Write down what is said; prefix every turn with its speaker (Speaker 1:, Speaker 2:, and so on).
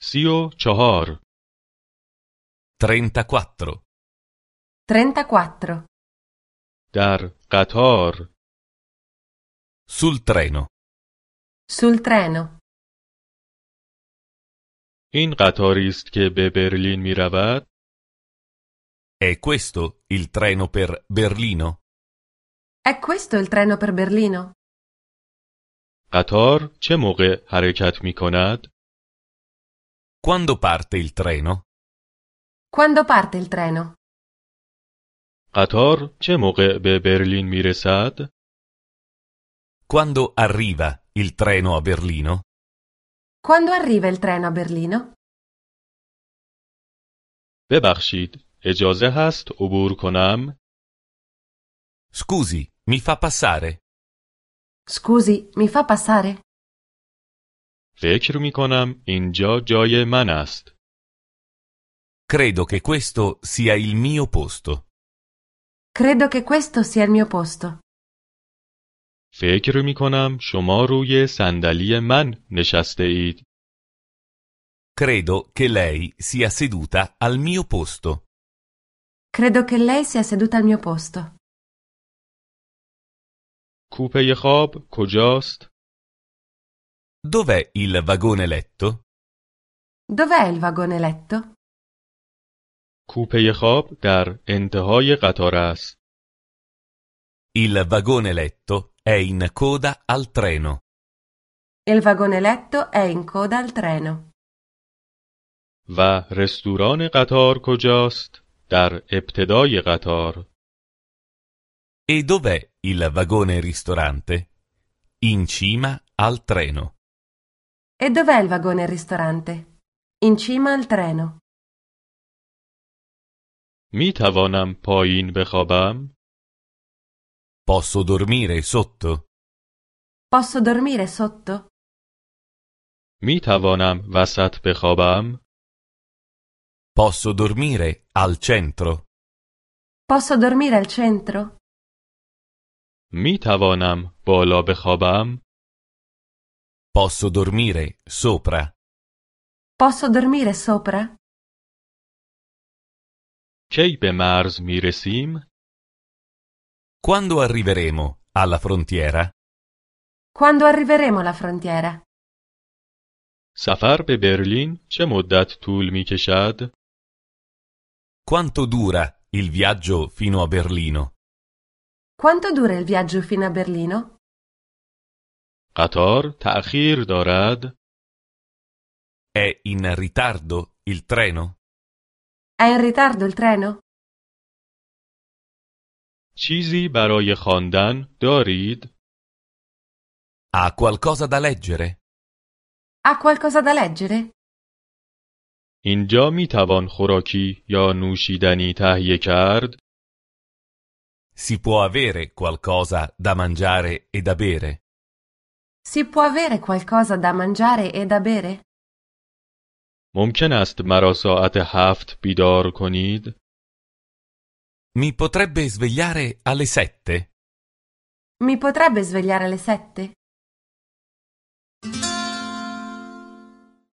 Speaker 1: سی و چهار
Speaker 2: 34.
Speaker 3: 34.
Speaker 1: در قطار
Speaker 2: Sul treno.
Speaker 3: Sul treno.
Speaker 1: این قطاری است که به برلین می رود
Speaker 2: È questo il treno per Berlino?
Speaker 3: È questo il treno per Berlino?
Speaker 1: قطار چه موقع حرکت می کند؟
Speaker 2: Quando parte il treno?
Speaker 3: Quando parte il treno?
Speaker 1: قطار چه موقع به برلین می رسد؟
Speaker 2: Quando arriva il treno a Berlino?
Speaker 3: Quando arriva il treno a Berlino?
Speaker 1: ببخشید اجازه هست عبور کنم؟
Speaker 2: Scusi, mi fa passare?
Speaker 3: Scusi, mi fa passare?
Speaker 1: فکر می کنم اینجا جای من است
Speaker 2: Credo che questo sia il mio posto.
Speaker 3: Credo che questo sia il mio posto.
Speaker 1: فکر می کنم شما روی صندلی من نشسته اید
Speaker 2: Credo che lei sia seduta al mio posto.
Speaker 3: Credo che lei sia seduta al mio posto.
Speaker 1: کوپه خواب کجاست؟
Speaker 2: Dov'è il vagone letto?
Speaker 3: Dov'è il vagone letto?
Speaker 1: کوپه خواب در انتهای قطار است
Speaker 2: Il vagone letto è in coda al treno.
Speaker 3: Il vagone letto è in coda al treno.
Speaker 1: و رستوران قطار کجاست؟ در ابتدای قطار
Speaker 2: E dov'è il vagone ristorante? In cima al treno.
Speaker 3: E dov'è il vagone ristorante? In cima al treno.
Speaker 1: می توانم پایین بخوابم؟
Speaker 2: Posso dormire sotto?
Speaker 3: Posso dormire sotto?
Speaker 1: می توانم وسط بخوابم؟
Speaker 2: Posso dormire al centro?
Speaker 3: Posso dormire al centro?
Speaker 1: می توانم بالا بخوابم؟
Speaker 2: Posso dormire sopra?
Speaker 3: Posso dormire sopra?
Speaker 1: کی به مرز می رسیم؟
Speaker 2: Quando arriveremo alla frontiera?
Speaker 3: Quando arriveremo alla frontiera?
Speaker 1: سفر به برلین چه مدت طول می کشد؟
Speaker 2: Quanto dura il viaggio fino a Berlino?
Speaker 3: Quanto dura il viaggio fino a Berlino?
Speaker 1: قطار تأخیر دارد؟
Speaker 2: È in ritardo il treno?
Speaker 3: È in ritardo il treno?
Speaker 1: چیزی برای خواندن دارید؟
Speaker 2: Ha qualcosa da leggere?
Speaker 3: Ha qualcosa da leggere?
Speaker 1: اینجا می توان خوراکی یا نوشیدنی تهیه کرد؟
Speaker 2: Si può avere qualcosa da mangiare e da bere?
Speaker 3: Si può avere qualcosa da mangiare e da bere?
Speaker 1: ممکن است مرا ساعت هفت بیدار کنید؟
Speaker 2: Mi potrebbe svegliare alle sette?
Speaker 3: Mi potrebbe svegliare alle sette?